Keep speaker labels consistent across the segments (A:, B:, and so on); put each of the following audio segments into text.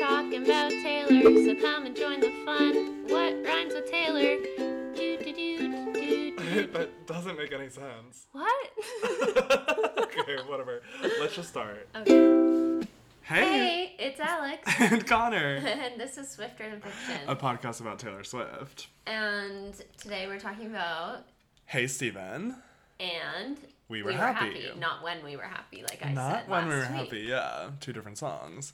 A: talking about Taylor, so come and join the fun. What rhymes with Taylor? Do do do do do.
B: that doesn't make any sense.
A: What?
B: okay, whatever. Let's just start.
A: okay.
B: Hey,
A: Hey, it's Alex,
B: and Connor,
A: and this is Swifter Than Fiction.
B: a podcast about Taylor Swift.
A: And today we're talking about
B: Hey, Steven.
A: and
B: We were happy.
A: Not when we were happy, like I
B: Not
A: said. last
B: when we were
A: week.
B: happy. Yeah, two different songs.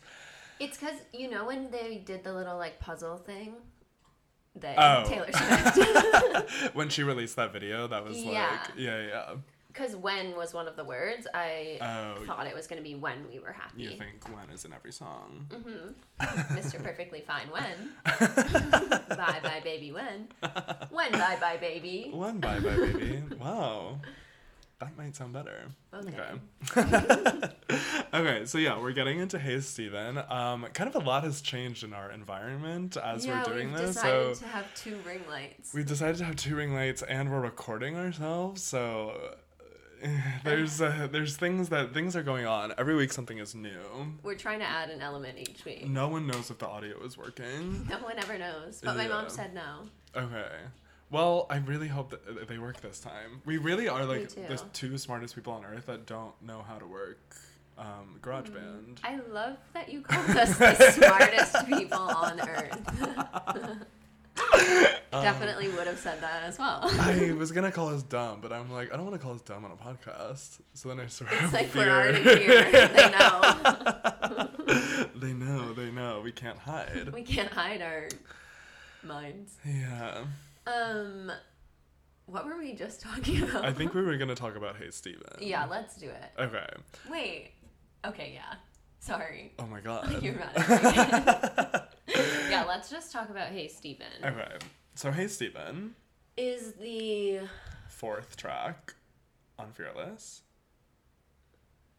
A: It's because you know when they did the little like puzzle thing. They,
B: Oh.
A: Taylor Swift.
B: when she released that video, that was
A: Yeah.
B: like, yeah, yeah.
A: Because when was one of the words. I
B: Oh.
A: thought it was going to be when we were happy.
B: You think Gwen is in every song?
A: Mm-hmm. Mr. Perfectly Fine When. bye bye baby when. When bye bye baby.
B: One bye bye baby. wow. That might sound better.
A: Okay.
B: Okay. okay, so yeah, we're getting into Hey Steven. Um, kind of a lot has changed in our environment as
A: yeah,
B: we're doing
A: we've
B: this. So
A: decided to have two ring lights.
B: we've decided to have two ring lights and we're recording ourselves, so uh, there's uh, there's things that things are going on. Every week something is new.
A: We're trying to add an element each week.
B: No one knows if the audio is working.
A: No one ever knows, but my
B: Yeah.
A: mom said no.
B: Okay. Well, I really hope that uh, they work this time. We really are like
A: too.
B: the two smartest people on earth that don't know how to work um, GarageBand.
A: I love that you called us the smartest people on earth.
B: Um,
A: Definitely would have said that as well.
B: I was gonna call us dumb, but I'm like, I don't want to call us dumb on a podcast. So then I swear,
A: It's like
B: fear.
A: we're already here. They know.
B: they know, they know. We can't hide.
A: We can't hide our minds.
B: yeah,
A: Um, what were we just talking about?
B: I think we were gonna talk about Hey Steven.
A: Yeah, let's do it.
B: Okay.
A: Wait. Okay, yeah. Sorry.
B: Oh my god.
A: You're mad at Yeah, let's just talk about Hey Steven.
B: okay. So Hey Steven,
A: Is the
B: fourth track on Fearless.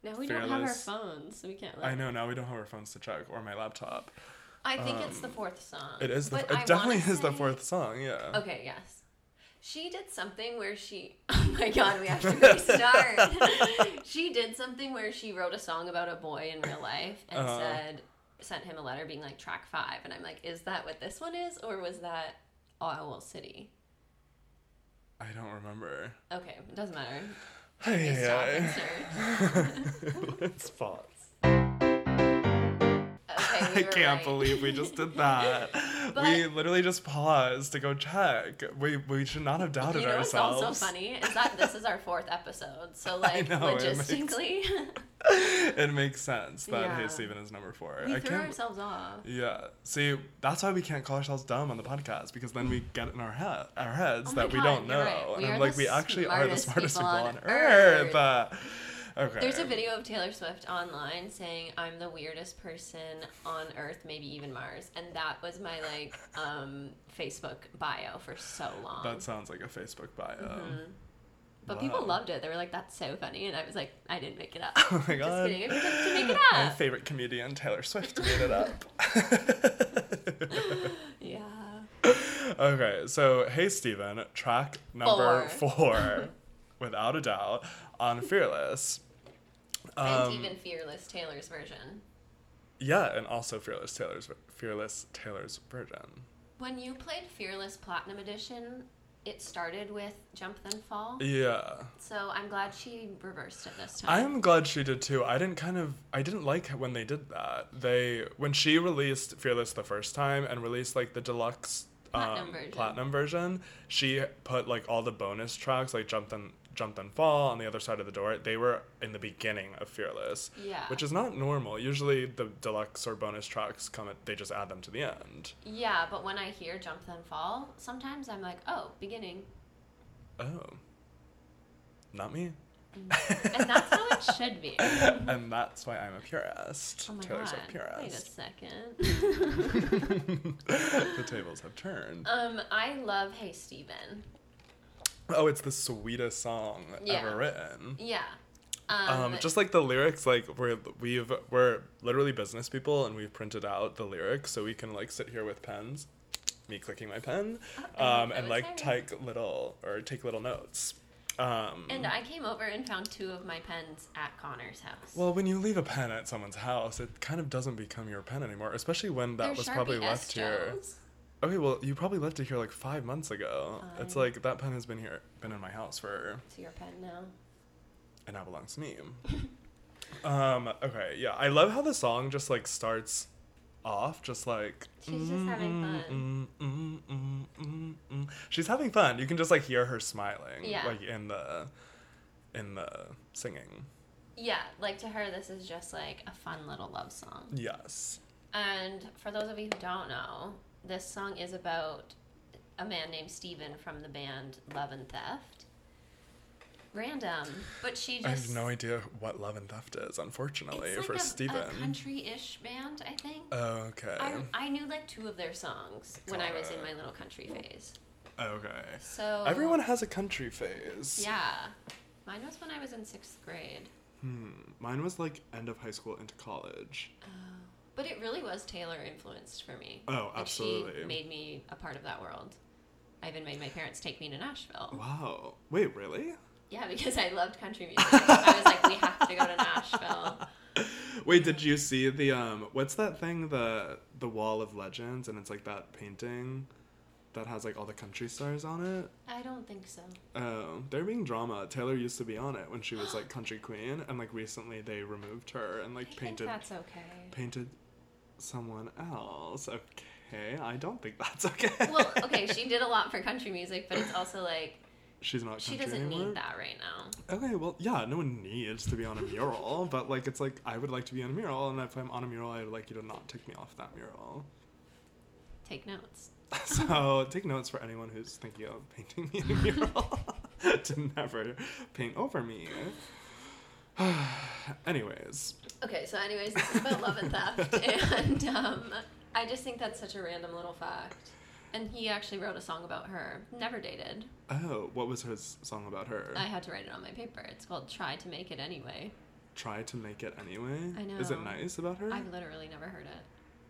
A: no, we don't have our
B: Fearless.
A: phones, so we can't. Look.
B: I know now we don't have our phones to check or my laptop.
A: I think it's the fourth song.
B: It is the.
A: but I
B: it definitely
A: wanna
B: is the
A: say-
B: fourth song. Yeah.
A: Okay, yes. She did something where she. Oh my god, we have to restart. she did something where she wrote a song about a boy in real life and
B: Uh-huh.
A: said, sent him a letter being like track five. And I'm like, is that what this one is? Or was that Owl City?
B: I don't remember.
A: Okay, it doesn't matter.
B: Ay,
A: Just stop and
B: ay,
A: search.
B: ay. Let's pause.
A: Okay, we
B: I
A: were
B: can't
A: right.
B: believe we just did that. we
A: But-
B: literally just paused to go check. We we should not have doubted
A: You know what's
B: ourselves.
A: also funny is that this is our fourth episode, so like
B: know, it makes-
A: logistically,
B: It makes sense that
A: Yeah.
B: Hey Steven is number four.
A: we
B: I
A: threw
B: can't.
A: ourselves off.
B: Yeah. See, that's why we can't call ourselves dumb on the podcast because then we get in our head, our heads
A: Oh my
B: that we
A: God,
B: don't know,
A: you're right. We
B: and I'm
A: are the
B: like, we actually are the
A: smartest
B: smartest
A: people
B: people
A: on
B: on earth. Uh, okay.
A: There's a video of Taylor Swift online saying, "I'm the weirdest person on Earth, maybe even Mars," and that was my like um, Facebook bio for so long.
B: That sounds like a Facebook bio.
A: Mm-hmm. but people
B: wow.
A: loved it. They were like, "That's so funny," and I was like, "I didn't make it up."
B: Oh my
A: Just
B: god.
A: kidding. I pretended to make it
B: My
A: up.
B: favorite comedian Taylor Swift made it up.
A: Yeah.
B: okay, so hey Steven, track number
A: Four.
B: four, without a doubt, on Fearless. Um,
A: And even Fearless Taylor's version.
B: Yeah, and also Fearless Taylor's Fearless Taylor's Virgin.
A: When you played Fearless Platinum Edition, it started with Jump Then Fall.
B: Yeah.
A: So I'm glad she reversed it this time.
B: I'm glad she did too. I didn't kind of I didn't like when they did that. They when she released Fearless the first time and released like the deluxe um,
A: Platinum version.
B: platinum version, she put like all the bonus tracks like Jump and Jump and Fall on the other side of the door. They were in the beginning of Fearless.
A: Yeah.
B: Which is not normal. Usually the deluxe or bonus tracks come at, they just add them to the end.
A: yeah, but when I hear Jump Then Fall, sometimes I'm like, oh, beginning.
B: Oh. Not me.
A: Mm. And that's how it should be. Oh
B: and that's why I'm a purist.
A: my
B: Taylor's
A: god.
B: a purist.
A: Wait a second.
B: the tables have turned.
A: um, I love Hey Steven.
B: Oh, it's the sweetest song
A: Yeah.
B: ever written.
A: Yeah.
B: Um,
A: Um,
B: just like the lyrics, like we're we've we're literally business people, and we've printed out the lyrics so we can like sit here with pens, me clicking my pen,
A: I
B: um,
A: didn't
B: and
A: know it
B: like
A: was
B: take little or take little notes. Um,
A: And I came over and found two of my pens at Connor's house.
B: well, when you leave a pen at someone's house, it kind of doesn't become your pen anymore, especially when that
A: They're
B: was
A: Sharpie
B: probably left
A: S
B: here.
A: gels.
B: Okay, well, you probably left it here like five months ago. It's
A: Fine.
B: like that pen has been here, been in my house for,
A: It's your pen now.
B: and now belongs to me. um, okay, yeah, I love how the song just like starts off, just like
A: She's just having
B: fun. Mm, mm, mm, mm, mm. She's having fun. You can just like hear her smiling,
A: Yeah.
B: like in the, in the singing.
A: Yeah, like to her, this is just like a fun little love song.
B: Yes.
A: And for those of you who don't know, this song is about a man named Steven from the band Love and Theft. Random, but she just
B: I have no idea what Love and Theft is, unfortunately,
A: it's like
B: for
A: a, a
B: Steven. Uh,
A: country-ish band, I think.
B: Okay.
A: I, I knew like two of their songs when I was in my little country phase.
B: okay.
A: So
B: Everyone has a country phase.
A: Yeah, mine was when I was in sixth grade.
B: Hmm. Mine was like end of high school into college.
A: Oh. But it really was Taylor influenced for me.
B: Oh,
A: Like,
B: absolutely.
A: she made me a part of that world. I even made my parents take me to Nashville.
B: Wow. Wait, really?
A: Yeah, because I loved country music. I was like, we have to go to Nashville.
B: Wait, did you see the um what's that thing the the wall of legends and it's like that painting that has like all the country stars on it?
A: I don't think so.
B: Oh, they're being drama. Taylor used to be on it when she was like country queen and like recently they removed her and like
A: I
B: painted
A: think that's okay.
B: painted someone else. Okay. I don't think that's okay.
A: well, okay, she did a lot for country music, but it's also like
B: She's not country
A: she doesn't
B: anymore.
A: need that right now.
B: Okay, well, yeah, no one needs to be on a mural, but like, it's like I would like to be on a mural, and if I'm on a mural, I would like you to not take me off that mural.
A: Take notes.
B: So take notes for anyone who's thinking of painting me in a mural to never paint over me. Anyways,
A: Okay, so anyways, this is about love and theft, and um, I just think that's such a random little fact. And he actually wrote a song about her. Never dated.
B: oh, what was his song about her?
A: I had to write it on my paper. It's called "Try to Make It Anyway."
B: Try to make it anyway.
A: I know.
B: Is it nice about her?
A: I've literally never heard it.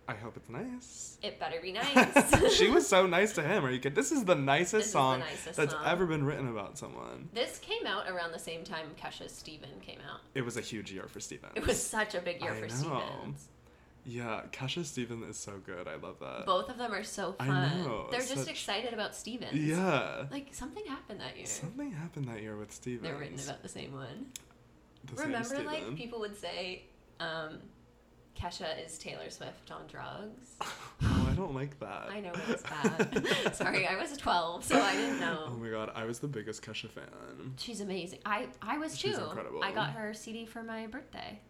B: I hope it's nice.
A: It better be nice.
B: she was so nice to him. Are you kidding? This is the nicest
A: This is the
B: song
A: nicest
B: that's
A: song.
B: ever been written about someone.
A: This came out around the same time Kesha's Steven came out.
B: It was a huge year for Steven.
A: It was such a big year
B: I
A: for
B: know.
A: Stevens.
B: Yeah, Kesha Steven is so good. I love that.
A: Both of them are so
B: Uh, I
A: fun.
B: know,
A: They're just
B: such-
A: excited about Stevens.
B: Yeah.
A: Like something happened that year.
B: Something happened that year with Steven.
A: They're written about the same one.
B: the same
A: Remember, like
B: Steven.
A: people would say, um, Kesha is Taylor Swift on drugs.
B: oh, I don't like that.
A: I know it's bad. Sorry, I was twelve, so I didn't
B: Oh
A: know.
B: my god, I was the biggest Kesha fan.
A: She's amazing. I I was too.
B: She's incredible.
A: I got her CD for my birthday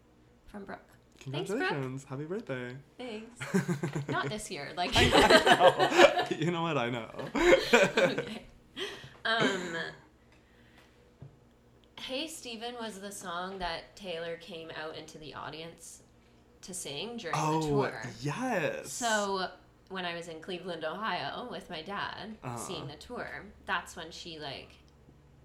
A: from Brooke. Thanks, Brooke.
B: Congratulations. Happy birthday.
A: Thanks. Not this year, like.
B: I know. you know what? I know.
A: okay. Um, hey Steven was the song that Taylor came out into the audience to sing during the
B: oh,
A: tour.
B: yes.
A: So when I was in Cleveland, Ohio with my dad,
B: Uh-huh.
A: seeing the tour, that's when she like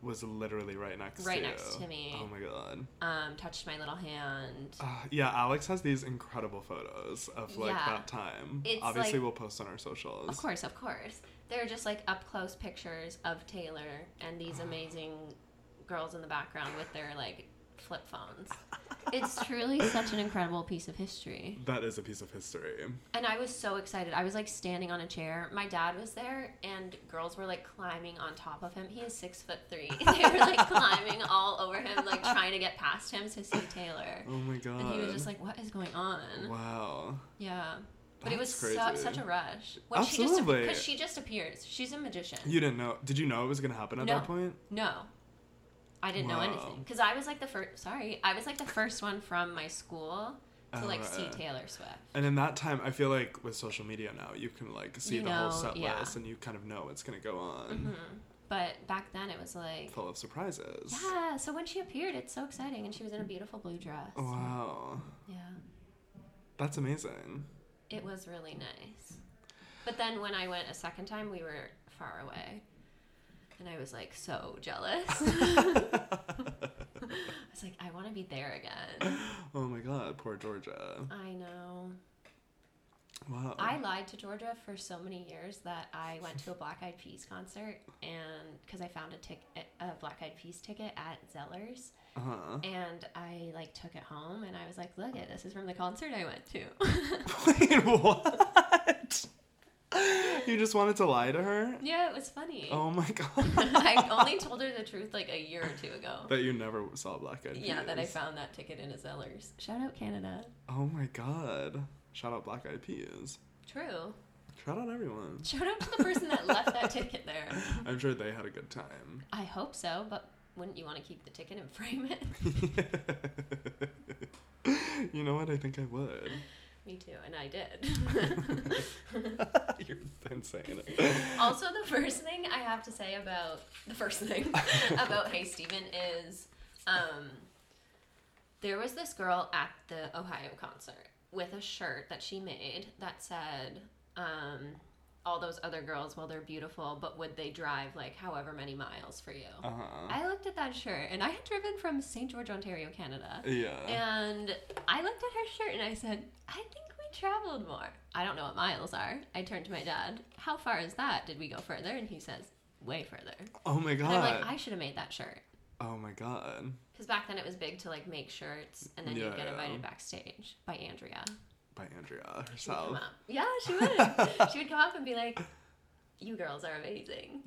B: Was literally right next
A: Right
B: to
A: next to me.
B: Oh my god.
A: um, touched my little hand.
B: Uh, yeah, Alex has these incredible photos of like
A: Yeah.
B: that time.
A: It's,
B: Obviously,
A: like-
B: we'll post on our socials.
A: Of course, of course. They're just like up close pictures of Taylor and these amazing girls in the background with their like flip phones. It's truly such an incredible piece of history.
B: That is a piece of history.
A: And I was so excited. I was like standing on a chair. My dad was there, and girls were like climbing on top of him. He is six foot three. They were like climbing all over him, like trying to get past him to see Taylor.
B: Oh my god.
A: And he was just like, "What is going on?"
B: wow.
A: Yeah, but it was
B: That's
A: su-
B: crazy.
A: such a rush when she just
B: Absolutely.
A: because she just appears. She's a magician.
B: You didn't know. Did you know it was going to happen at
A: No.
B: that point?
A: No, I didn't
B: Wow.
A: know anything because I was like the first. Sorry, I was like the first one from my school to like see
B: Alright.
A: Taylor Swift.
B: And in that time, I feel like with social media now, you can like see
A: You
B: the whole
A: know,
B: set
A: yeah. Mm-hmm.
B: list and you kind of know what's going to go on.
A: But back then, it was like.
B: Full of surprises.
A: Yeah, so when she appeared, it's so exciting, and she was in a beautiful blue dress.
B: Wow.
A: Yeah,
B: That's amazing.
A: it was really nice. But then when I went a second time, we were far away, and I was like so jealous. I was like, I want to be there again.
B: Oh my god, poor Georgia.
A: I know.
B: Wow.
A: I lied to Georgia for so many years that I went to a Black Eyed Peas concert and because I found a tick a Black Eyed Peas ticket at Zeller's
B: uh-huh.
A: and I like took it home and I was like, look it, this is from the concert I went to.
B: Wait, what? You just wanted to lie to her?
A: yeah, it was funny.
B: Oh my god.
A: I only told her the truth like a year or two ago.
B: that you never saw Black Eyed
A: yeah, that I
B: Peas.
A: found that ticket in a Zeller's. Shout out Canada.
B: Oh my god. Shout out Black Eyed Peas.
A: True.
B: Shout out everyone.
A: Shout out to the person that left that ticket there.
B: I'm sure they had a good time.
A: I hope so, but wouldn't you want to keep the ticket and frame it?
B: you know what? I think I would.
A: Me too, and I did.
B: You're insane.
A: also, the first thing I have to say about the first thing about Hey Steven is um, there was this girl at the Ohio concert with a shirt that she made that said, um, All those other girls, well, they're beautiful, but would they drive like however many miles for you?
B: Uh-huh.
A: I looked at that shirt and I had driven from St. George, Ontario, Canada.
B: Yeah.
A: And I looked at her shirt and I said, I think we traveled more. I don't know what miles are. I turned to my dad, How far is that? Did we go further? And he says, Way further.
B: Oh my
A: And I'm like,
B: god.
A: I should have made that shirt.
B: Oh my god.
A: Because back then it was big to like make shirts and then
B: Yeah,
A: you'd get
B: yeah.
A: invited backstage by Andrea.
B: By Andrea
A: She would come
B: herself.
A: up. Yeah, she would. she would come up and be like, You girls are amazing.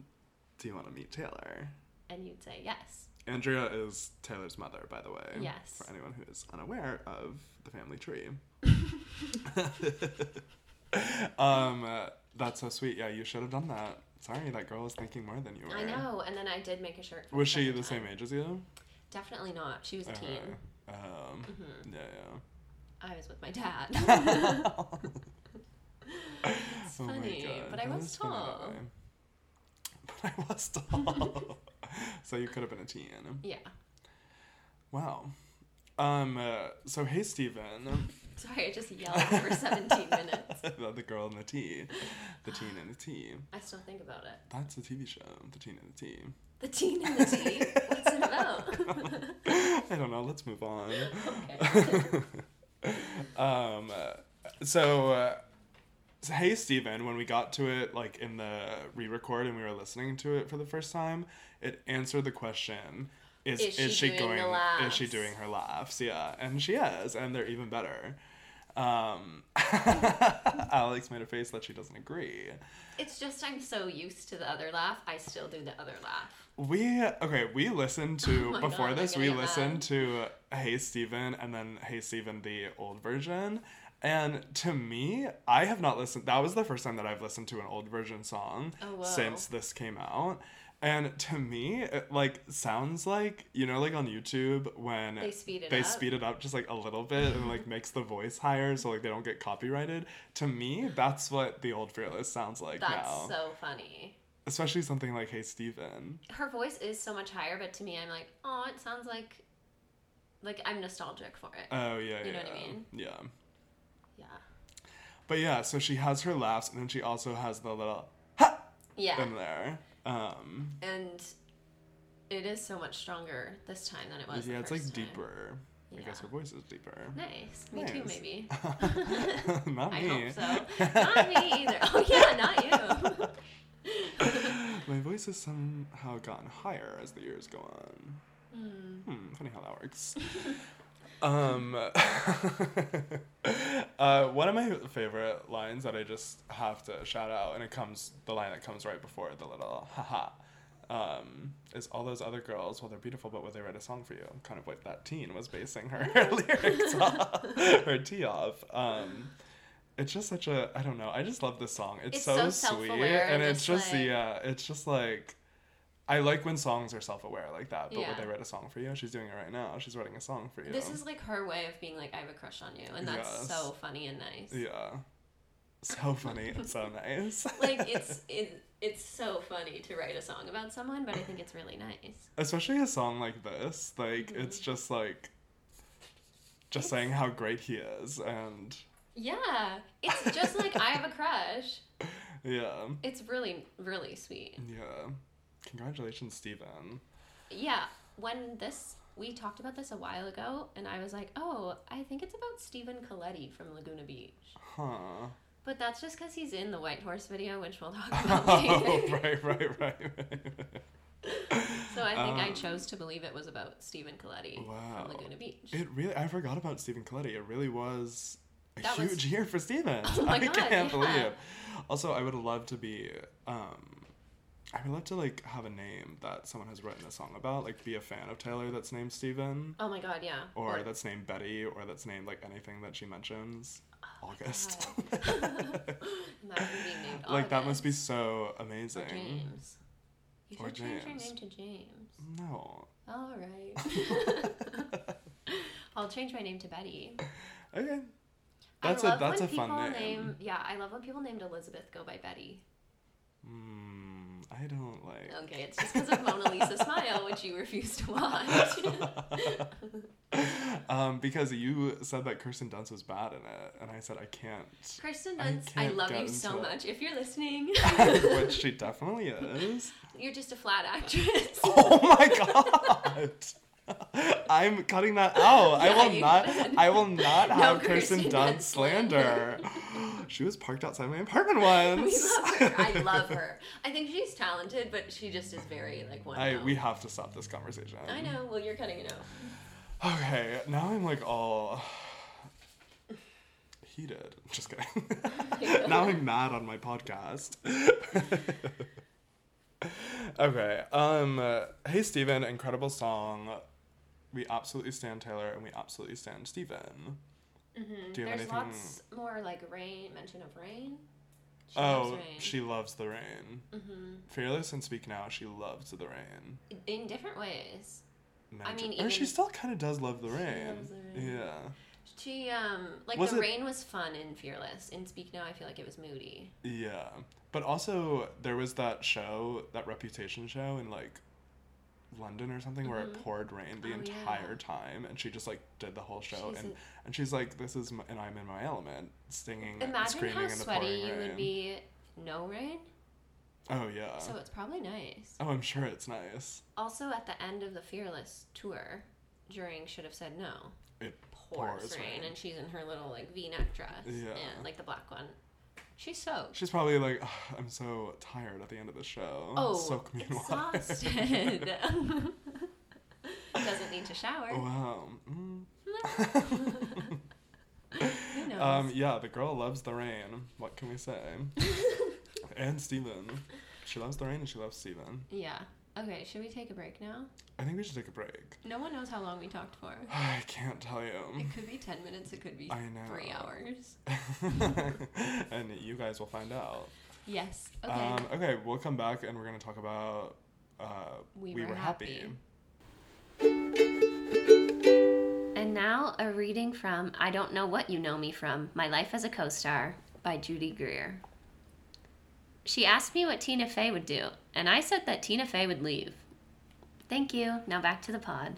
B: Do you want to meet Taylor?
A: And you'd say, Yes.
B: Andrea is Taylor's mother, by the way.
A: Yes.
B: For anyone who is unaware of the family tree. um, uh, that's so sweet. Yeah, you should have done that. Sorry, that girl was thinking more than you were.
A: I know. And then I did make a shirt for
B: Was she
A: second
B: the
A: time.
B: same age as you?
A: Definitely not. She was teen. Mm-hmm.
B: Uh, um, Yeah, yeah.
A: I was with my dad. it's
B: Oh my
A: funny,
B: God,
A: but I
B: that
A: was
B: is funny that
A: tall.
B: way. But I was tall. so you could have been a teen.
A: Yeah.
B: Wow. Um, uh, so hey, Steven.
A: Sorry, I just yelled for 17 minutes.
B: the girl and the tea. The teen and the tea.
A: I still think about it.
B: That's a TV show, The Teen and the Tea.
A: The teen and the tea. What's it about?
B: I don't know, let's move on.
A: okay.
B: Um, uh, so, uh, so hey, Steven, when we got to it, like in the re record and we were listening to it for the first time, it answered the question. Is,
A: Is
B: is,
A: she
B: she,
A: doing the
B: going is she
A: laughs?
B: doing her laughs yeah and she is and they're even better um alex made a face that she doesn't agree
A: It's just I'm so used to the other laugh, I still do the other laugh.
B: We okay. We listened
A: Oh
B: to
A: my
B: before
A: God, I'm
B: this.
A: gonna
B: We
A: get mad.
B: listened to Hey Steven and then Hey Steven the old version. And to me, I have not listened. That was the first time that I've listened to an old version song
A: Oh, wow.
B: since this came out. And to me, it like sounds like you know, like on YouTube when
A: They speed it
B: they
A: up.
B: speed it up just like a little bit and like makes the voice higher so like they don't get copyrighted. To me, that's what the old fearless sounds like
A: That's
B: now,
A: so funny.
B: especially something like Hey Steven.
A: Her voice is so much higher, but to me I'm like, oh, it sounds like like I'm nostalgic for it.
B: Oh
A: You
B: yeah, yeah,
A: know what I
B: yeah.
A: mean?
B: Yeah,
A: Yeah.
B: but yeah. So she has her laughs, and then she also has the little
A: Yeah.
B: in there. Um,
A: And it is so much stronger this time than it was. the
B: yeah, it's like
A: first time.
B: deeper. I guess
A: Yeah.
B: her voice is deeper.
A: Nice. Me too,
B: Nice.
A: maybe.
B: not
A: I
B: me.
A: hope so. Not me either. Oh yeah, not you.
B: My voice has somehow gotten higher as the years go on.
A: Mm.
B: Hmm, funny how that works. um, uh, one of my favorite lines that I just have to shout out, and it comes the line that comes right before the little haha. Um, is all those other girls, well, they're beautiful, but would they write a song for you? Kind of what that teen was basing her lyrics off, her tea off. Um, it's just such a, I don't know, I just love this song. It's,
A: It's
B: so,
A: so
B: sweet.
A: self-aware
B: And
A: and
B: it's
A: it's
B: just,
A: like-
B: yeah, it's just like, I like when songs are self aware like that, but
A: Yeah.
B: would they write a song for you? She's doing it right now. She's writing a song for you.
A: This is like her way of being like, I have a crush on you, and that's
B: Yes.
A: so funny and nice.
B: Yeah. So funny and so nice.
A: Like it's it, it's so funny to write a song about someone, but I think it's really nice.
B: Especially a song like this. Like,
A: Mm-hmm.
B: it's just like. Just saying how great he is, and
A: Yeah, it's just like I have a crush.
B: yeah,
A: It's really really sweet.
B: yeah. Congratulations, Steven.
A: Yeah, when this we talked about this a while ago, and I was like, oh, I think it's about Stephen Coletti from Laguna Beach.
B: Huh.
A: But that's just because he's in the White Horse video, which we'll talk about later.
B: right, right, right, right.
A: So I think I
B: Um,
A: chose to believe it was about Stephen Coletti
B: Wow.
A: from Laguna Beach.
B: It really, I forgot about Stephen Coletti. It really was a
A: That was-
B: huge year for Stephen.
A: Oh my
B: I
A: God,
B: can't
A: yeah.
B: believe. Also, I would love to be, um, I would love to like have a name that someone has written a song about, like be a fan of Taylor that's named Stephen,
A: oh my god, yeah.
B: or
A: Or-
B: that's named Betty, or that's named like anything that she mentions. August.
A: Oh, God. Imagine being named
B: like that must be
A: August.
B: so
A: Or
B: amazing.
A: James. You
B: Or
A: should change your
B: James.
A: name to James.
B: No.
A: All right. I'll change my name to Betty.
B: Okay. That's
A: I
B: a
A: love
B: that's
A: when
B: a fun
A: people
B: name.
A: Name, yeah, I love when people named Elizabeth go by Betty.
B: Mm, I don't like.
A: Okay, it's just because of Mona Lisa Smile, which you refuse to watch.
B: um, because you said that Kirsten Dunst was bad in it, and I said I can't.
A: Kirsten
B: I
A: Dunst, I,
B: can't
A: love
B: get
A: you
B: into
A: so
B: it.
A: much. If you're listening,
B: Which she definitely is.
A: you're just a flat actress.
B: Oh my god! I'm cutting that out. I
A: Yeah,
B: will
A: you
B: not.
A: said.
B: I will not
A: No
B: have
A: Kirsten
B: Kirsten Dunst
A: Dunst
B: slander. she was parked outside my apartment
A: We
B: once.
A: love her. I love her. I think she's talented, but she just is very like one.
B: I
A: note.
B: we have to stop this conversation.
A: I know. Well, you're cutting it out.
B: Okay, now I'm like all heated. Just kidding. now I'm mad on my podcast. okay. Um hey Steven, incredible song. We absolutely stand Taylor and we absolutely stand Steven. Do you have
A: Mm-hmm. There's
B: anything
A: lots more like rain. Mention of rain. She loves
B: Oh,
A: rain. Mm-hmm.
B: she loves the rain. Fearless and Speak Now, she loves the rain.
A: in different ways.
B: Imagine-
A: mean,
B: or she
A: even-
B: still kind of does love the
A: She
B: rain.
A: loves the rain.
B: Yeah.
A: She um like
B: Was
A: the
B: it-
A: rain was fun in Fearless. In Speak Now, I feel like it was moody.
B: Yeah. But also there was that show, that reputation show in like London or something where it poured rain the
A: Oh, yeah.
B: entire time and she just like did the whole show
A: She's
B: and
A: a-
B: and she's like this is my, and I'm in my element singing and
A: Imagine
B: screaming
A: how
B: in the pouring
A: sweaty you
B: rain.
A: would be no rain.
B: Oh yeah.
A: So it's probably nice.
B: oh, I'm sure it's nice.
A: Also, at the end of the Fearless tour, during should have said no.
B: It
A: pours, rain, and she's in her little like V-neck dress
B: Yeah.
A: and like the black one. She's soaked.
B: She's probably like "Ugh, I'm so tired at the end of the show.
A: oh,
B: Soak me in water."
A: exhausted. Doesn't need to shower.
B: Wow. Mm.
A: Who knows?
B: Oh. Um, yeah, the girl loves the rain. What can we say? and Steven. She loves the rain and she loves Steven.
A: yeah. Okay. Should we take a break now?
B: I think we should take a break.
A: No one knows how long we talked for.
B: I can't tell you.
A: It could be ten minutes. It could be
B: I know.
A: three hours.
B: and you guys will find out.
A: Yes. Okay.
B: Um, okay, we'll come back and we're going to talk about uh,
A: We Were Happy. and now a reading from I don't know what you know me from. My life as a co-star by Judy Greer. She asked me what Tina Fey would do, and I said that Tina Fey would leave. Thank you. Now back to the pod.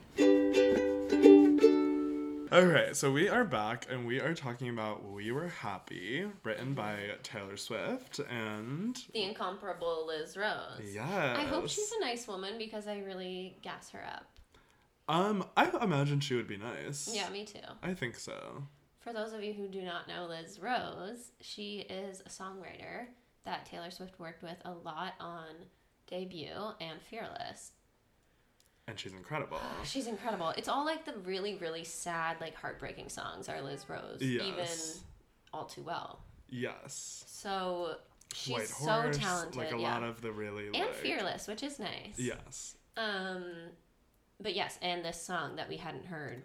B: Okay, so we are back and we are talking about We Were Happy, written by Taylor Swift and.
A: The incomparable Liz Rose.
B: Yes.
A: I hope she's a nice woman because I really gas her up.
B: Um, I imagine she would be nice.
A: Yeah, me too.
B: I think so.
A: For those of you who do not know Liz Rose, she is a songwriter that Taylor Swift worked with a lot on debut and Fearless.
B: And she's incredible.
A: She's incredible. It's all like the really, really sad, like heartbreaking songs are Liz Rose.
B: Yes.
A: Even all too well.
B: Yes.
A: So she's
B: White
A: so
B: Horse,
A: talented.
B: Like a
A: yeah.
B: lot of the really
A: and
B: like,
A: fearless, which is nice.
B: Yes.
A: Um but yes, and this song that we hadn't heard.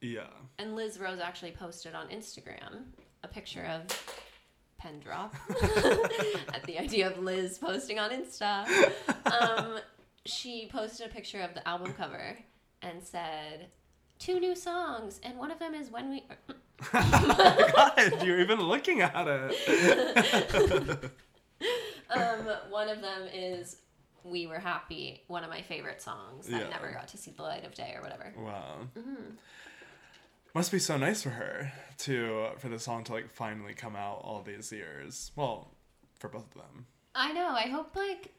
B: Yeah.
A: And Liz Rose actually posted on Instagram a picture of pen drop at the idea of Liz posting on Insta. Um, she posted a picture of the album cover and said, two new songs, and one of them is when we.
B: God, you're even looking at it.
A: Um, one of them is "We Were Happy," one of my favorite songs that
B: Yeah.
A: never got to see the light of day or whatever.
B: wow.
A: Mm-hmm.
B: Must be so nice for her to for the song to like finally come out all these years. Well, for both of them.
A: I know. I hope like,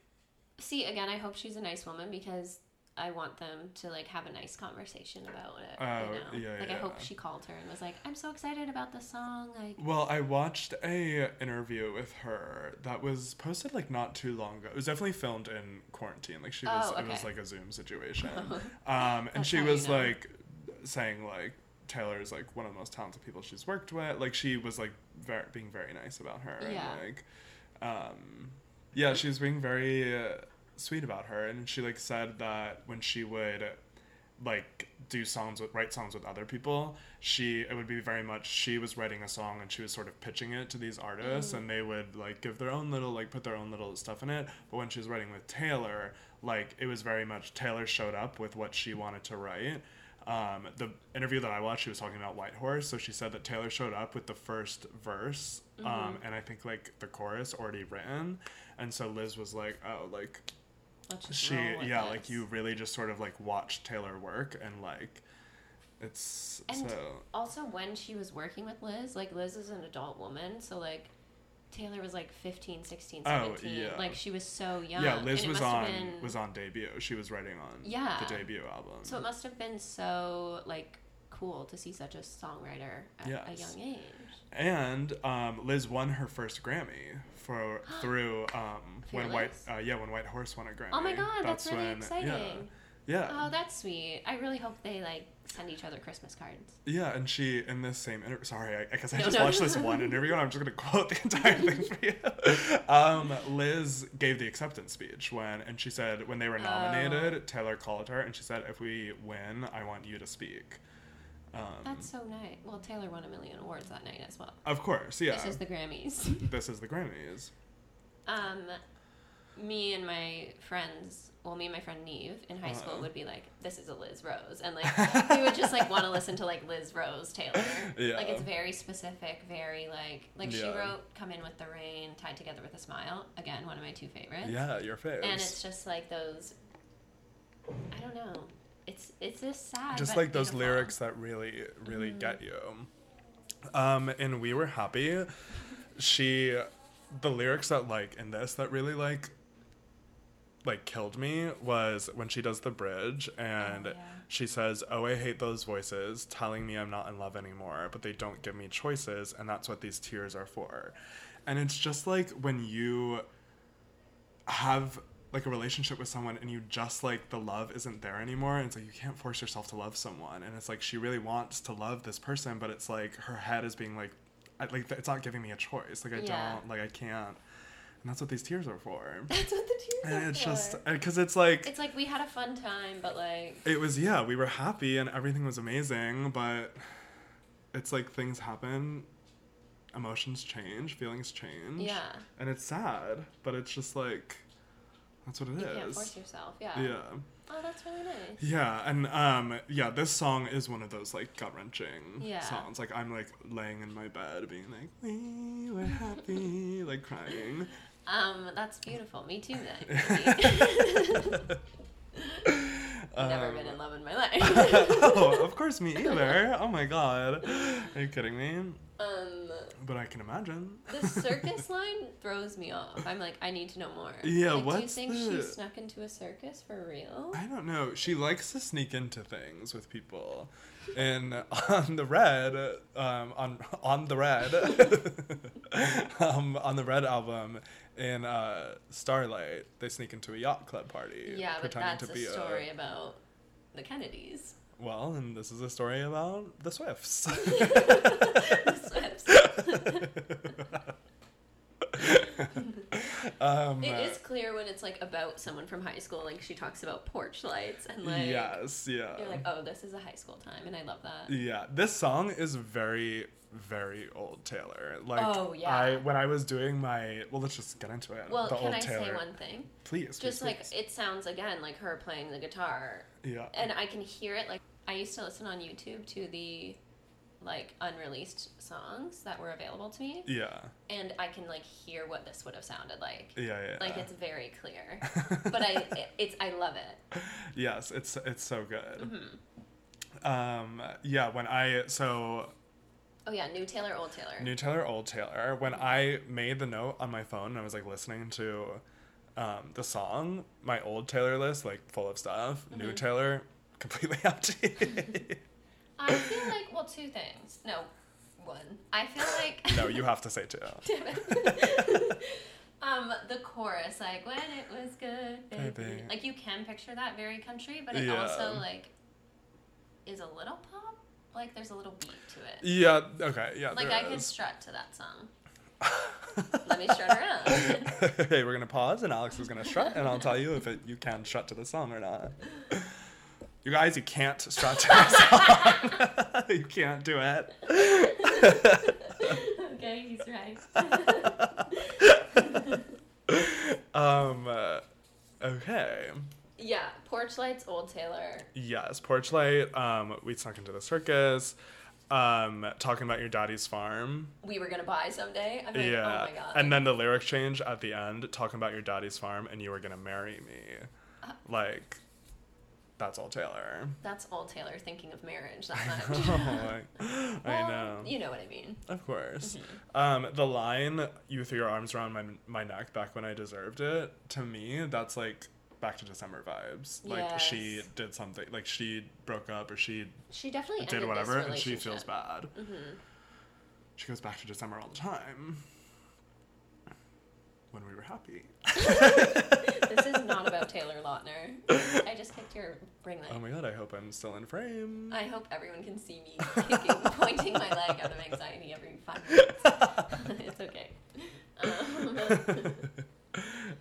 A: see again. I hope she's a nice woman because I want them to like have a nice conversation about it.
B: Oh,
A: you know?
B: yeah,
A: Like I
B: yeah.
A: hope she called her and was like, "I'm so excited about this song." Like,
B: Well, I watched a interview with her that was posted like not too long ago. It was definitely filmed in quarantine. Like she was,
A: Oh,
B: it was
A: okay.
B: like a Zoom situation. um, and
A: That's
B: she
A: how you
B: was
A: know.
B: like saying like Taylor is like one of the most talented people she's worked with. Like she was like very, being very nice about her
A: Yeah.
B: and like, um, yeah, she was being very uh, sweet about her. And she like said that when she would like do songs with write songs with other people she it would be very much she was writing a song and she was sort of pitching it to these artists and they would like give their own little like put their own little stuff in it but when she was writing with taylor like it was very much taylor showed up with what she wanted to write um, the interview that i watched she was talking about white horse so she said that taylor showed up with the first verse um, and i think like the chorus already written and so liz was like oh like
A: let's just
B: she
A: roll with
B: yeah
A: this.
B: like you really just sort of like watch taylor work and like it's
A: And-
B: so
A: Also, when she was working with Liz, like Liz is an adult woman, so like Taylor was like 15, 16,
B: Oh,
A: 17.
B: yeah.
A: Like she was so young.
B: yeah liz
A: and it
B: was
A: must
B: on
A: have been-
B: was on debut she was writing on
A: Yeah.
B: the debut album
A: So it must have been so like cool to see such a songwriter at a
B: Yes.
A: young age.
B: and um, liz won her first grammy for through um, when white
A: Fearless?
B: uh, yeah when white horse won a grammy
A: Oh my god, that's, really
B: when-
A: exciting.
B: yeah, yeah.
A: Oh, that's sweet. I really hope they like send each other Christmas cards.
B: Yeah, and she in this same interview. Sorry, I, I guess I
A: No,
B: just
A: no.
B: watched this one interview, and I'm just gonna quote the entire thing for you. Um, Liz gave the acceptance speech when, and she said when
A: Oh.
B: they were nominated, Taylor called her and she said, "If we win, I want you to speak." Um,
A: That's so nice. Well, Taylor won a million awards that night as well.
B: of course, yeah.
A: This is the Grammys.
B: the Grammys.
A: Um, me and my friends, well, me and my friend Neve in high school
B: Uh-huh.
A: would be like, "This is a Liz Rose," and like we would just like want to listen to like Liz Rose Taylor.
B: Yeah.
A: Like it's very specific, very like like she
B: Yeah.
A: wrote "Come In with the Rain," tied together with a smile. Again, one of my two favorites.
B: Yeah, your face.
A: And it's just like those. I don't know. It's it's this sad.
B: just
A: but
B: like those
A: beautiful. Mm-hmm.
B: lyrics that really really get you um and we were happy she the lyrics that like in this that really like like killed me was when she does the bridge and
A: Oh, yeah.
B: she says oh i hate those voices telling me i'm not in love anymore but they don't give me choices and that's what these tears are for and it's just like when you have like a relationship with someone and you just like the love isn't there anymore and it's like you can't force yourself to love someone and it's like she really wants to love this person but it's like her head is being like I, like it's not giving me a choice like i
A: Yeah.
B: don't like i can't and that's what these tears are for
A: That's what the tears
B: and
A: are
B: it's
A: for.
B: just because it's like
A: It's like we had a fun time, but like
B: it was yeah we were happy and everything was amazing but it's like things happen emotions change feelings change
A: yeah,
B: and it's sad but it's just like that's what it
A: you
B: is.
A: can't force yourself.
B: Yeah.
A: Oh, that's really nice.
B: Yeah, and um yeah, this song is one of those like gut wrenching
A: Yeah.
B: songs. Like I'm like laying in my bed being like, We were happy like crying.
A: Um, that's beautiful. Me too. Then. I've Never been in love in my life.
B: Um, oh, of course me either. Oh my god. Are you kidding me?
A: um,
B: But I can imagine.
A: the circus line throws me off. I'm like, I need to know more.
B: Yeah,
A: Like, Do you
B: what's
A: think
B: the-
A: she snuck into a circus for real?
B: I don't know. She likes to sneak into things with people. And on the red, um, on on the red, um, on the red album in uh, Starlight, they sneak into a yacht club party,
A: Yeah, but that's a
B: a-
A: story about the Kennedys.
B: well, and this is a story about the Swifts. um,
A: It is clear when it's like about someone from high school, like she talks about porch lights and like
B: yes, yeah.
A: you're like, oh, this is a high school time, and I love that.
B: Yeah, this song is very, very old Taylor. Like,
A: Oh, yeah.
B: I when I was doing my well, let's just get into it.
A: Well,
B: the
A: can
B: old
A: I
B: Taylor,
A: say one thing?
B: please, please,
A: Just like
B: please.
A: it sounds again like her playing the guitar,
B: yeah,
A: and I can hear it. Like I used to listen on YouTube to the like unreleased songs that were available to me,
B: yeah,
A: and I can like hear what this would have sounded like.
B: yeah, yeah.
A: Like
B: yeah.
A: it's very clear, but I it's I love it.
B: yes, it's it's so good.
A: Mm-hmm.
B: Um, yeah, when I so
A: Oh yeah, new Taylor, old Taylor.
B: New Taylor, old Taylor. When I made the note on my phone and I was like listening to um, the song, my old Taylor list, like full of stuff.
A: Mm-hmm.
B: New Taylor, completely empty.
A: I feel like well, two things. No, one. I feel like
B: no, you have to say two.
A: Damn it. um, the chorus, like when it was good, baby.
B: Baby.
A: Like you can picture that very country, but it
B: Yeah.
A: also like is a little pop. Like there's a little beat to it.
B: Yeah. Okay. Yeah.
A: Like
B: there
A: I could
B: is.
A: strut to that song. Let me strut around.
B: okay, we're gonna pause, and Alex is gonna strut, and I'll tell you if it, you can strut to the song or not. You guys, you can't strut to the song. you can't do it.
A: okay, he's right.
B: Um. uh, okay.
A: yeah, porch lights, old Taylor.
B: Yes, porch light. Um, we snuck into the circus. Um, talking about your daddy's farm.
A: We were gonna buy someday. I'm like,
B: yeah.
A: oh my god.
B: And then the lyric change at the end, talking about your daddy's farm and you were gonna marry me.
A: Uh,
B: like, that's all Taylor.
A: that's old Taylor thinking of marriage that
B: I
A: much.
B: know. like, I
A: Well, Mm-hmm.
B: know.
A: You know what I mean.
B: Of course. Um, the line "You threw your arms around my my neck back when I deserved it" to me, that's like back to December vibes. Like she
A: Yes.
B: did something, like she broke up or she
A: She definitely
B: did
A: ended
B: whatever,
A: this
B: and she feels
A: relationship. Mm-hmm.
B: bad. She goes back to December all the time. When we were happy.
A: this is not about Taylor Lautner. I just kicked your ring light.
B: Oh my god! I hope I'm still in frame.
A: I hope everyone can see me kicking, pointing my leg out of anxiety every five minutes. it's okay.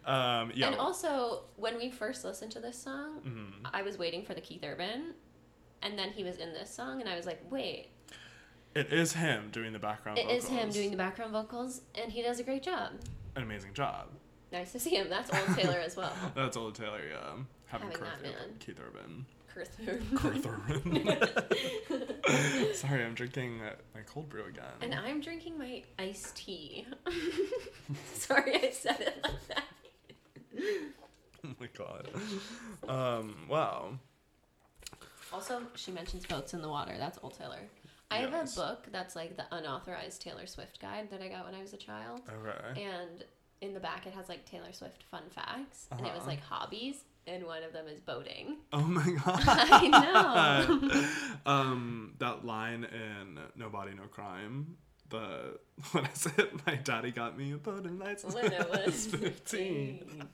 A: Um,
B: um, yeah.
A: And also, when we first listened to this song,
B: Mhm.
A: I was waiting for the Keith Urban, and then he was in this song, and I was like, wait,
B: it is him doing the background.
A: it is him
B: Oh, vocals.
A: doing the background vocals, and he does a great job.
B: an amazing job.
A: Nice to see him. That's old Taylor as well.
B: That's old Taylor, yeah. Having
A: Having
B: Kirth-
A: that man.
B: Keith Urban.
A: Kirth
B: Kirth Urban. Sorry, I'm drinking uh, my cold brew again.
A: And I'm drinking my iced tea. Sorry, I said it like that.
B: oh my god. Um, wow.
A: Also, she mentions boats in the water. That's old Taylor. I have a
B: Yes.
A: book that's like the unauthorized Taylor Swift guide that I got when I was a child.
B: Okay.
A: And in the back, it has like Taylor Swift fun facts. And it was
B: Uh-huh.
A: like hobbies. And one of them is boating.
B: Oh my god.
A: I
B: um, that line in No Body, No Crime. The what is it? My daddy got me a boat and license
A: When it was
B: 15.
A: 15.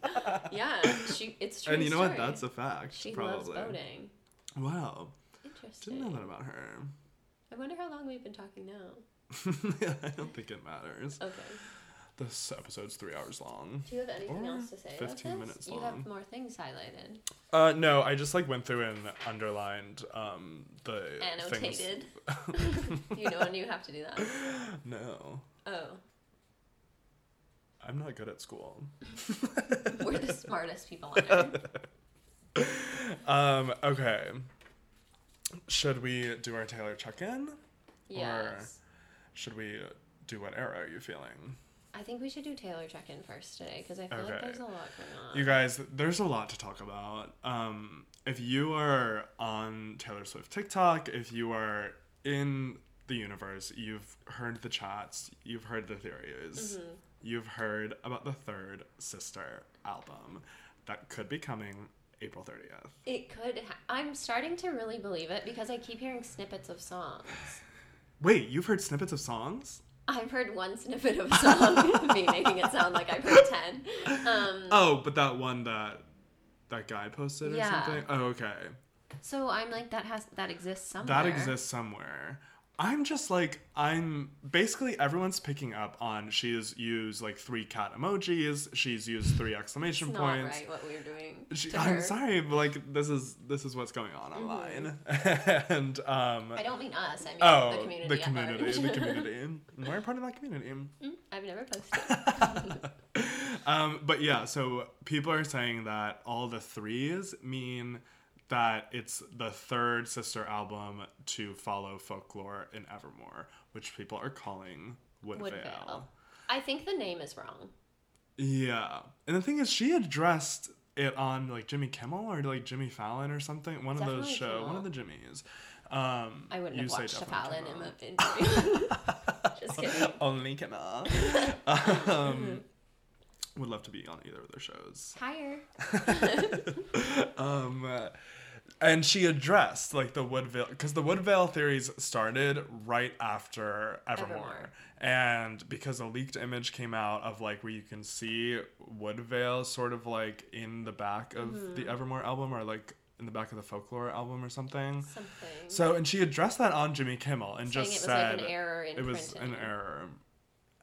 A: yeah, she, it's true.
B: And you know what?
A: story.
B: That's a fact.
A: She loves
B: probably.
A: boating.
B: Wow.
A: Interesting.
B: Didn't know that about her.
A: I wonder how long we've been talking now.
B: I don't think it matters.
A: Okay.
B: This episode's three hours long.
A: Do you have anything
B: Or
A: else to say?
B: 15
A: about this?
B: minutes
A: You have
B: long.
A: more things highlighted.
B: Uh, no, I just like went through and underlined um the Things.
A: Annotated. you know when you have to do that.
B: No,
A: Oh,
B: I'm not good at school.
A: we're the smartest people on earth.
B: Um, okay. Should we do our Taylor check-in?
A: Yes.
B: Should we do what era are you feeling?
A: I think we should do Taylor check in first today because I feel like
B: Okay.
A: there's a lot going on.
B: You guys, there's a lot to talk about. Um, if you are on Taylor Swift TikTok, if you are in the universe, you've heard the chats, you've heard the theories, you've heard about the third sister album that could be coming April 30th.
A: it could. Ha- I'm starting to really believe it because I keep hearing snippets of songs.
B: Wait, you've heard snippets of songs?
A: I've heard one snippet of a song, me making it sound like I've heard ten. Um,
B: Oh, but that one that that guy posted or
A: Yeah.
B: something. Oh, okay.
A: so I'm like, that has that exists somewhere.
B: That exists somewhere. I'm just like I'm basically everyone's picking up on she's used like three cat emojis, she's used three exclamation
A: It's not
B: points.
A: right what we were doing.
B: She,
A: to
B: I'm
A: her. Mm-hmm.
B: sorry, but like this is this is what's going on online. and um
A: I don't mean us. I mean
B: oh
A: the community.
B: the
A: at large.
B: community, the community. We're part of that community.
A: I've never posted.
B: Um, but yeah, so people are saying that all the threes mean that it's the third sister album to follow Folklore and Evermore, which people are calling Woodvale.
A: Woodvale. I think the name is wrong.
B: Yeah, and the thing is, she addressed it on like Jimmy Kimmel or like Jimmy Fallon or something. One of
A: Definitely
B: those show, one
A: Kimmel.
B: of the Jimmys. Um,
A: I wouldn't
B: you
A: have
B: say
A: watched a
B: definitely
A: Fallon
B: Kimmel.
A: in a interview. Just kidding.
B: Only Kimmel. um, Would love to be on either of their shows.
A: Higher.
B: um, uh, and she addressed like the Woodvale because the Woodvale theories started right after Evermore.
A: Evermore.
B: and because a leaked image came out of like where you can see Woodvale sort of like in the back of
A: Mm-hmm.
B: the Evermore album or like in the back of the Folklore album or something.
A: Something.
B: So and she addressed that on Jimmy Kimmel and
A: Saying
B: just
A: it was
B: said
A: like an error in
B: it was
A: printing.
B: an error.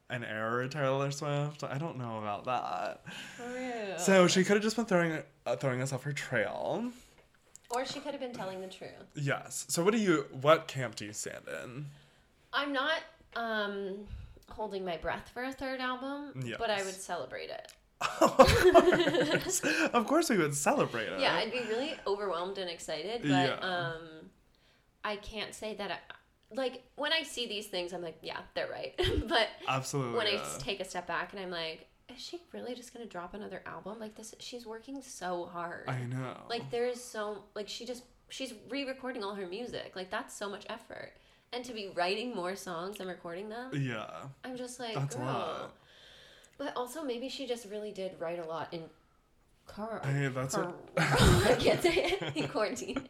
B: An error, Taylor Swift. I don't know about that.
A: True.
B: So she could have just been throwing uh, throwing us off her trail.
A: or she could have been telling the truth.
B: Yes. So what do you? What camp do you stand in?
A: I'm not um holding my breath for a third album, but I
B: Yes.
A: would celebrate it.
B: of, course. Of course we would celebrate it.
A: Yeah, I'd be really overwhelmed and excited, but
B: Uh-huh. Yeah.
A: um I can't say that I, like when I see these things I'm like, yeah, they're right. but
B: Absolutely.
A: when I
B: Oh, yeah.
A: s- take a step back and I'm like, is she really just going to drop another album? Like this she's working so hard.
B: I know.
A: Like there's so like she just she's re-recording all her music. Like that's so much effort. And to be writing more songs and recording them,
B: Yeah.
A: I'm just like,
B: That's a
A: girl.
B: lot.
A: But also, maybe she just really did write a lot in car.
B: Hey, that's what-
A: I can't say it in quarantine.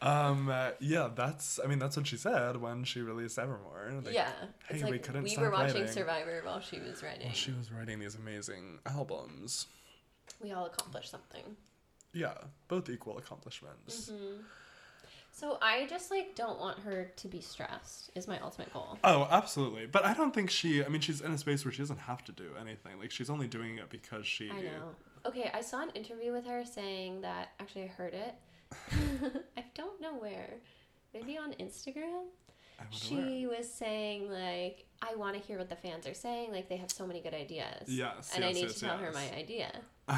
B: Um. uh, yeah. That's. I mean, that's what she said when she released Evermore. Like,
A: yeah,
B: Hey, we couldn't
A: we
B: stop
A: were watching
B: writing.
A: Survivor while she was writing.
B: She was writing these amazing albums.
A: We all accomplished something.
B: Yeah. Both equal accomplishments.
A: Mm-hmm. So I just like don't want her to be stressed. Is my ultimate goal.
B: Oh, absolutely. But I don't think she. I mean, she's in a space where she doesn't have to do anything. Like she's only doing it because she.
A: I know. Okay, I saw an interview with her saying that. Actually, I heard it. I don't know where. Maybe on Instagram.
B: I wonder where.
A: She was saying like, I want to hear what the fans are saying. Like they have so many good ideas.
B: Yes,
A: and I
B: yes,
A: need
B: yes,
A: to tell her
B: yes.
A: my idea.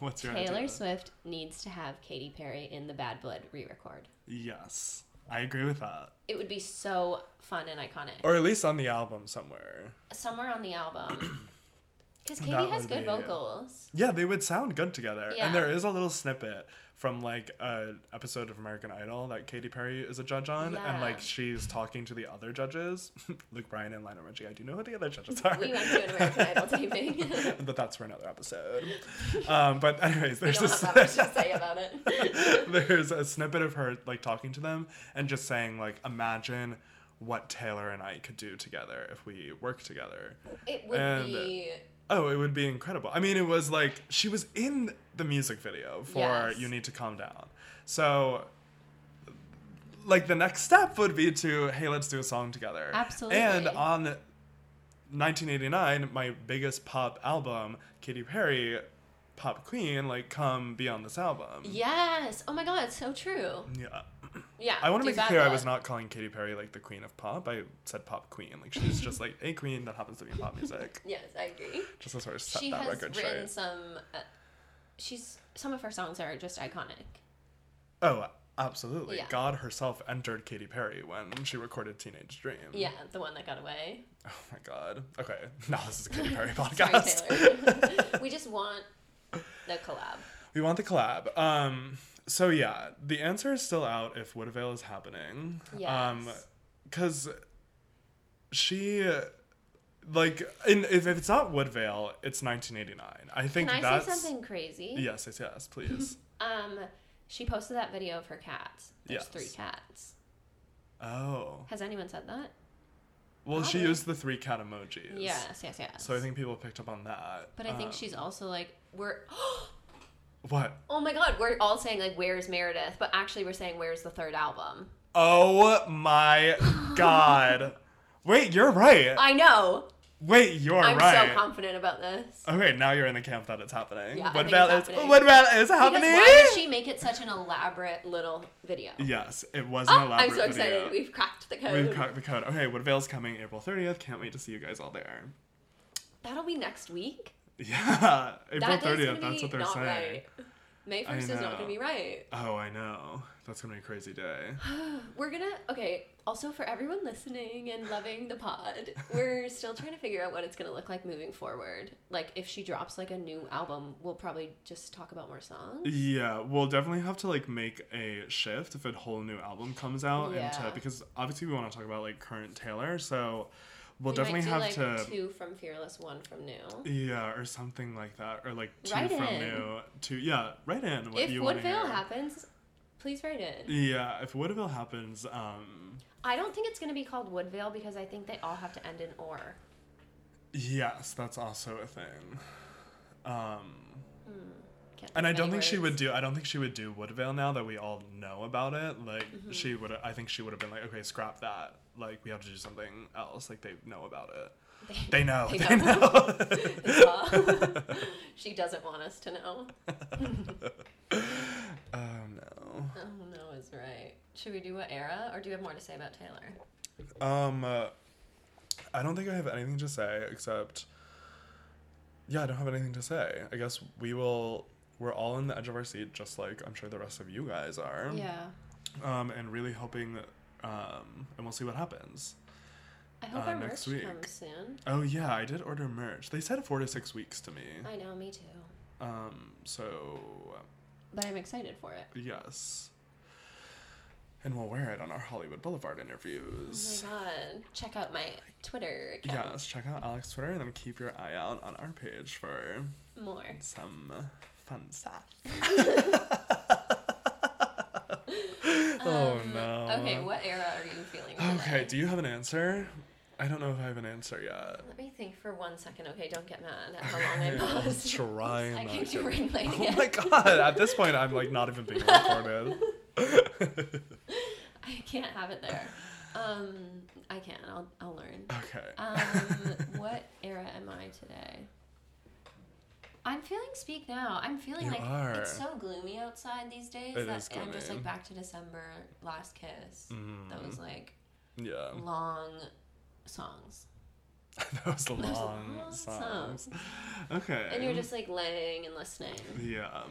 B: What's your
A: Taylor
B: idea?
A: Swift needs to have Katy Perry in the Bad Blood re-record.
B: Yes, I agree with that.
A: It would be so fun and iconic.
B: Or at least on the album somewhere.
A: Somewhere on the album, because Katy
B: That
A: has
B: would
A: good
B: be-
A: vocals.
B: Yeah, they would sound good together.
A: Yeah.
B: And there is a little snippet from like an episode of American Idol that Katy Perry is a judge on,
A: Yeah.
B: and like she's talking to the other judges, Luke Bryan and Lionel Richie. I do know who the other judges are.
A: We went to an American Idol taping. we don't
B: but that's for another episode. Um, but anyways, there's
A: have
B: this.
A: that much to say about it.
B: there's a snippet of her like talking to them and just saying like imagine what taylor and i could do together if we work together
A: it would
B: And- uh,
A: be
B: oh it would be incredible i mean it was like she was in the music video for
A: Yes.
B: you need to calm down so like the next step would be to hey let's do a song together and
A: Absolutely.
B: on 1989 my biggest pop album katy perry pop queen like come be on this album
A: yes. Oh my god, it's so true.
B: yeah
A: Yeah,
B: I want
A: do
B: to make it
A: Bad
B: clear I
A: Blood.
B: was not calling Katy Perry like the queen of pop. I said pop queen. Like she's just like a queen that happens to be in pop music.
A: Yes, I agree.
B: Just to sort of set
A: she
B: that
A: has
B: record
A: written
B: straight.
A: some. Uh, she's some of her songs are just iconic.
B: Oh, absolutely.
A: Yeah.
B: God herself entered Katy Perry when she recorded Teenage Dream.
A: Yeah, the one that got away.
B: Oh my god. Okay. Now this is a Katy Perry
A: Sorry,
B: podcast.
A: Taylor. we just want the collab.
B: We want the collab. Um. So yeah, the answer is still out if Woodvale is happening. Um,
A: Yes.
B: because she, like, in if, if it's not Woodvale, it's 1989. I think
A: Can I
B: that's.
A: say something crazy?
B: Yes, yes, yes. Please.
A: Um, she posted that video of her cats. There's
B: Yes.
A: three cats.
B: oh.
A: Has anyone said that?
B: Well, she
A: Probably.
B: used the three cat emojis.
A: Yes, yes, yes.
B: So I think people picked up on that.
A: But I think
B: Um,
A: she's also like we're.
B: What?
A: Oh my god, we're all saying like where's Meredith, but actually we're saying where's the third album.
B: Oh my god. Wait, you're right.
A: I know.
B: Wait, you're
A: I'm
B: right.
A: so confident about this.
B: Okay, now you're in the camp that it's happening.
A: Yeah, I
B: what
A: think
B: about
A: it's
B: is
A: happening.
B: what about is
A: Because
B: happening?
A: why did she make it such an elaborate little video?
B: Yes, it was an
A: Oh,
B: elaborate
A: I'm so excited.
B: video.
A: We've cracked the code.
B: We've cracked the code. Okay, Woodvale's coming April 30th. Can't wait to see you guys all there.
A: That'll be next week.
B: Yeah, April
A: That day's
B: 30th.
A: gonna
B: That's
A: be
B: what they're
A: not
B: saying.
A: right. May
B: I
A: first is not
B: know.
A: gonna be right.
B: Oh, I know. That's gonna be a crazy day.
A: We're gonna okay. Also for everyone listening and loving the pod, we're still trying to figure out what it's gonna look like moving forward. Like if she drops like a new album, we'll probably just talk about more songs.
B: Yeah, we'll definitely have to like make a shift if a whole new album comes out
A: Yeah.
B: into because obviously we want to talk about like current Taylor, so We'll definitely
A: might do,
B: have
A: like,
B: to.
A: two from Fearless, one from New.
B: Yeah, or something like that, or like two
A: Write
B: from
A: in.
B: new to yeah, right in what
A: if
B: you want to
A: Woodvale
B: hear.
A: happens, please write in.
B: Yeah, if Woodville happens, um,
A: I don't think it's going to be called Woodvale because I think they all have to end in or.
B: yes, that's also a thing. Um,
A: Can't think
B: and I
A: of
B: don't
A: any
B: think she
A: words.
B: would do. I don't think she would do Woodvale now that we all know about it. Like
A: Mm-hmm.
B: she would. I think she would have been like, okay, scrap that. Like we have to do something else. Like they know about it. They know.
A: They
B: They
A: know.
B: know.
A: Yeah. she doesn't want us to know.
B: oh no.
A: Oh no, is right. Should we do what era, or do you have more to say about Taylor?
B: Um, uh, I don't think I have anything to say except, yeah, I don't have anything to say. I guess we will. We're all on the edge of our seat, just like I'm sure the rest of you guys are.
A: Yeah,
B: Um, and really hoping, um, and we'll see what happens.
A: I hope
B: Uh,
A: our
B: next
A: merch
B: week.
A: comes soon.
B: Oh yeah, I did order merch. They said four to six weeks to me.
A: I know, me too.
B: Um, so
A: But I'm excited for it. Oh
B: yes. And we'll wear it on our Hollywood Boulevard interviews.
A: Oh my god! Check out my Twitter account.
B: Yes, check out Alex Twitter and then keep your eye out on our page for
A: More.
B: some fun stuff. oh
A: Um,
B: no.
A: Okay, what era are you feeling?
B: Okay,
A: today?
B: do you have an answer? I don't know if I have an answer yet.
A: Let me think for one second. Okay, don't get mad at how long I paused.
B: Try
A: I
B: not
A: keep
B: to.
A: derating
B: Oh
A: it.
B: my god, at this point I'm like not even being recorded.
A: I can't have it there. Um, I can. I'll, I'll learn.
B: Okay.
A: Um, what era am I today? I'm feeling speak now. I'm feeling
B: You
A: like
B: are.
A: it's so gloomy outside these days.
B: It
A: that
B: is
A: I'm just
B: gloomy. Mm-hmm.
A: like back to December, last kiss. That was like
B: Mm, yeah.
A: long songs.
B: that was a
A: Those
B: long
A: long
B: songs. Okay.
A: And you're just like laying and listening.
B: Yeah.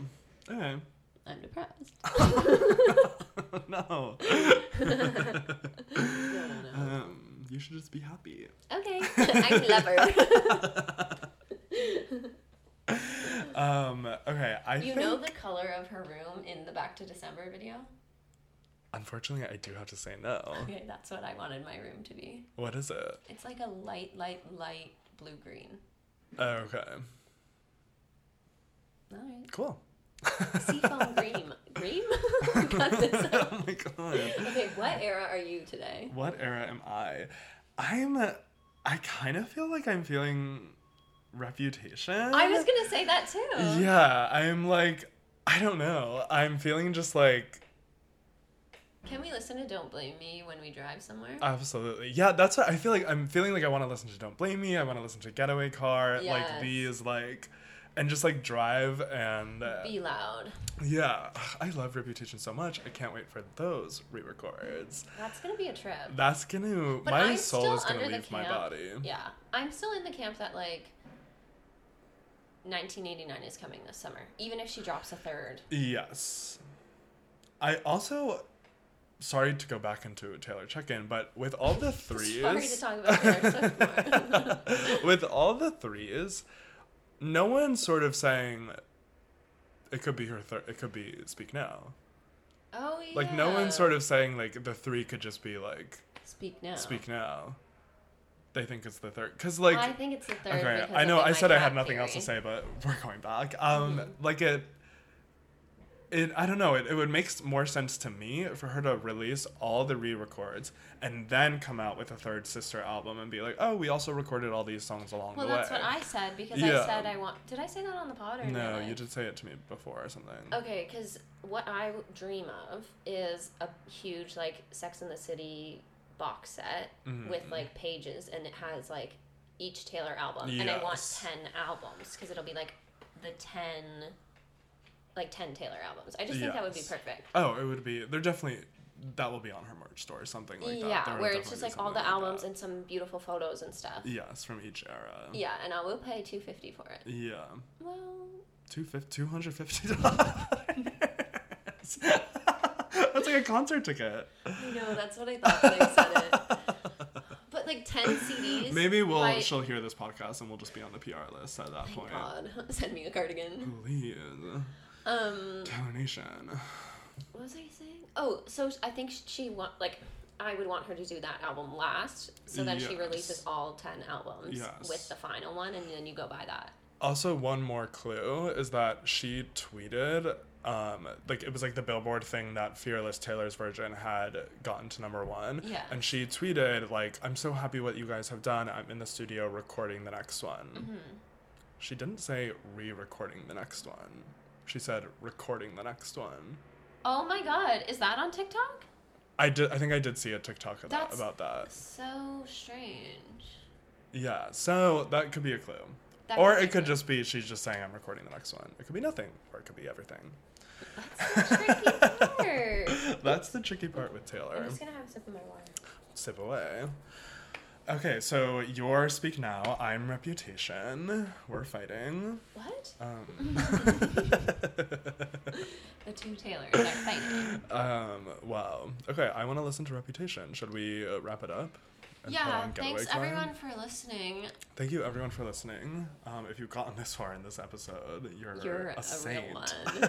B: Okay.
A: I'm depressed. No,
B: no.
A: no, no.
B: Um, you should just be happy.
A: Okay. I'm lover.
B: Um, okay, I
A: you
B: think
A: know the color of her room in the Back to December video?
B: unfortunately I do have to say no.
A: Okay, that's what I wanted my room to be.
B: What is it?
A: It's like a light, light, light blue green.
B: Oh, Okay.
A: All right.
B: Cool.
A: Seafoam green. Green? Got this out.
B: oh my god.
A: Okay, what era are you today?
B: What era am I? I'm I kind of feel like I'm feeling reputation.
A: I was gonna say that too.
B: Yeah, I'm like I don't know. I'm feeling just like
A: Can we listen to Don't Blame Me when we drive somewhere?
B: Absolutely. Yeah, that's what I feel like I'm feeling like I want to listen to Don't Blame Me, I want to listen to Getaway Car, like
A: Yes.
B: these like and just like drive and uh,
A: Be loud.
B: yeah, I love Reputation so much. I can't wait for those re-records.
A: That's gonna be a trip.
B: That's going to
A: But
B: my
A: I'm
B: soul
A: still
B: is going to
A: under the
B: leave my
A: camp-
B: body.
A: Yeah. I'm still in the camp that like 1989 is coming this summer, even if she drops a third.
B: Yes. I also sorry to go back into Taylor check-in, but with all the threes
A: Sorry to talk about Taylor Swift more.
B: with all the threes, no one's sort of saying it could be her third. It could be Speak Now.
A: oh yeah.
B: Like no one's sort of saying like the three could just be like
A: speak now.
B: Speak Now. They think it's the third because
A: I
B: like
A: think it's the third.
B: okay,
A: because
B: I
A: of
B: know
A: the
B: I
A: My
B: said I had
A: Cat
B: nothing else to
A: theory. Mm-hmm.
B: say, but we're going back. Um, like it. It, I don't know. It, it would make s- more sense to me for her to release all the re-records and then come out with a third sister album and be like, "Oh, we also recorded all these songs along
A: Well,
B: the way."
A: that's what I said because
B: Yeah.
A: I said I want. Did I say that on the pod or in real
B: No,
A: life?
B: you did say it to me before or something.
A: Okay, because what I dream of is a huge like Sex in the City box set
B: Mm-hmm.
A: with like pages, and it has like each Taylor album, and I want
B: Yes.
A: ten albums because it'll be like the ten, like ten Taylor albums. I just think that would be
B: Yes.
A: perfect.
B: Oh, it would be. They're definitely. That will be on her merch store or something like that. There
A: yeah,
B: would
A: where it's just
B: definitely be
A: like all the
B: something like
A: albums
B: that.
A: and some beautiful photos and stuff.
B: Yes, from each era.
A: Yeah, and I will pay two fifty for it.
B: Yeah.
A: Well,
B: Two fif- $250. That's like a concert ticket.
A: I know that's what I thought when I said it. But like ten CDs.
B: Maybe we'll
A: by-
B: she'll hear this podcast and we'll just be on the PR list at that
A: Thank
B: point.
A: God. Send me a cardigan.
B: Please.
A: Um,
B: Donation.
A: what was I saying? Oh, so sh- I think sh- she want like I would want her to do that album last, so then she
B: Yes.
A: releases all ten albums
B: Yes.
A: with the final one, and then you go buy that.
B: Also, one more clue is that she tweeted, um, like it was like the Billboard thing that Fearless Taylor's version had gotten to number one.
A: Yeah.
B: And she tweeted like, "I'm so happy what you guys have done. I'm in the studio recording the next one."
A: Mm-hmm.
B: She didn't say re-recording the next one. She said recording the next one.
A: Oh my god, is that on TikTok?
B: I did. I think I did see a TikTok of that,
A: That's-
B: about that.
A: So strange.
B: Yeah. So that could be a clue.
A: That
B: or
A: could be
B: it could
A: clue.
B: just be she's just saying I'm recording the next one. It could be nothing, or it could be everything.
A: That's the tricky part.
B: That's the tricky part with Taylor.
A: I'm just gonna have a sip of my water.
B: Sip away. Okay, so your Speak Now, I'm Reputation. We're fighting.
A: What?
B: Um,
A: The two Taylors are fighting.
B: um, wow. Okay, I want to listen to Reputation. Should we uh, wrap it up? and put
A: yeah,
B: on Getaway
A: thanks
B: Glam?
A: everyone for listening.
B: Thank you, everyone, for listening. Um, if you've gotten this far in this episode, you're,
A: You're
B: a,
A: a
B: saint.
A: real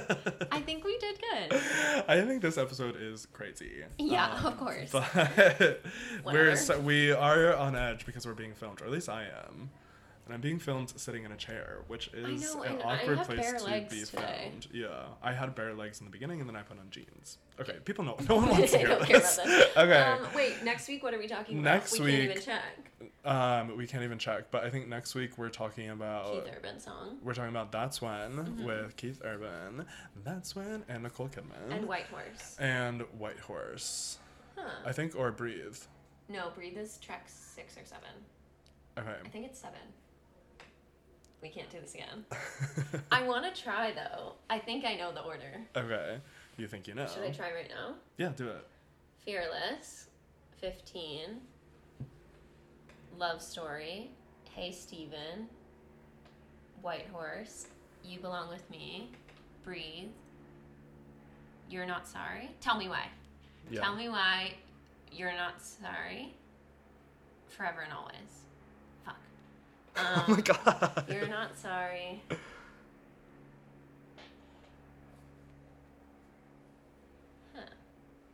A: one. I think we did good.
B: I think this episode is crazy. Um,
A: Yeah, of course.
B: But we're
A: Whatever.
B: so, we are on edge because we're being filmed, or at least I am, and I'm being filmed sitting in a chair, which is
A: know,
B: an
A: and I
B: awkward
A: have
B: place
A: bare
B: to
A: legs
B: be
A: today.
B: filmed. Yeah, I had bare legs in the beginning, and then I put on jeans. Okay, people know. No one wants
A: They
B: to hear
A: don't care
B: this.
A: about this.
B: okay,
A: Um, wait, next week what are we talking about?
B: Next
A: we can't even
B: week-
A: check.
B: um, we can't even check, but I think next week we're talking about.
A: Keith Urban Mm-hmm. song
B: We're talking about That's When with Keith Urban, That's When, and Nicole Kidman.
A: and White Horse.
B: and White Horse,
A: Huh.
B: I think, or Breathe.
A: No, Breathe is track six or seven.
B: Okay.
A: I think it's seven. We can't do this again. I want to try though. I think I know the order.
B: okay. You think you know?
A: Should I try right now?
B: Yeah, do it.
A: Fearless, 15. Love Story, Hey Steven, White Horse, You Belong With Me, Breathe, You're Not Sorry. Tell Me Why.
B: Yeah.
A: Tell Me Why, You're Not Sorry, Forever and Always. Fuck. Um,
B: Oh my god.
A: You're Not Sorry.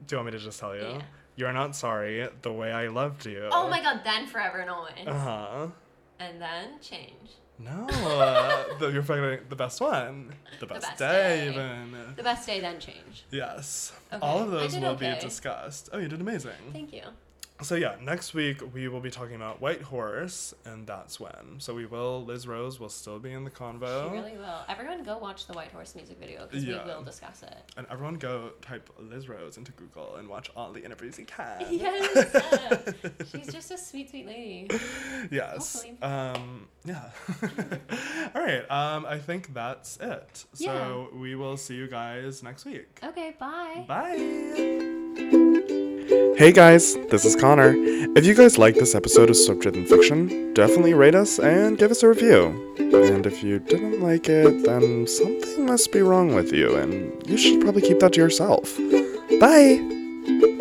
B: Do you want me to just tell you?
A: Yeah.
B: You're not sorry. The way I loved you.
A: Oh my god, then Forever and Always.
B: Uh huh.
A: And then Change.
B: No, uh, the, you're fucking the best one. The best,
A: best
B: day,
A: day.
B: even.
A: The best day, then Change.
B: Yes.
A: Okay,
B: All of
A: I
B: those
A: did
B: will be
A: okay.
B: discussed. Oh, you did amazing.
A: Thank you.
B: So yeah, next week we will be talking about White Horse, and that's when. So we will. Liz Rose will still be in the convo,
A: She really will. Everyone go watch the White Horse music video because
B: Yeah.
A: we will discuss it.
B: and everyone go type Liz Rose into Google and watch all the interviews you can.
A: Yes. uh, she's just a sweet, sweet lady.
B: yes.
A: Hopefully.
B: Um, yeah. all right. Um, I think that's it. So we will see you guys next week.
A: Okay, bye.
B: Bye. Hey guys, this is Connor. If you guys like this episode of Swift Driven Fiction, definitely rate us and give us a review. And if you didn't like it, then something must be wrong with you, and you should probably keep that to yourself. Bye!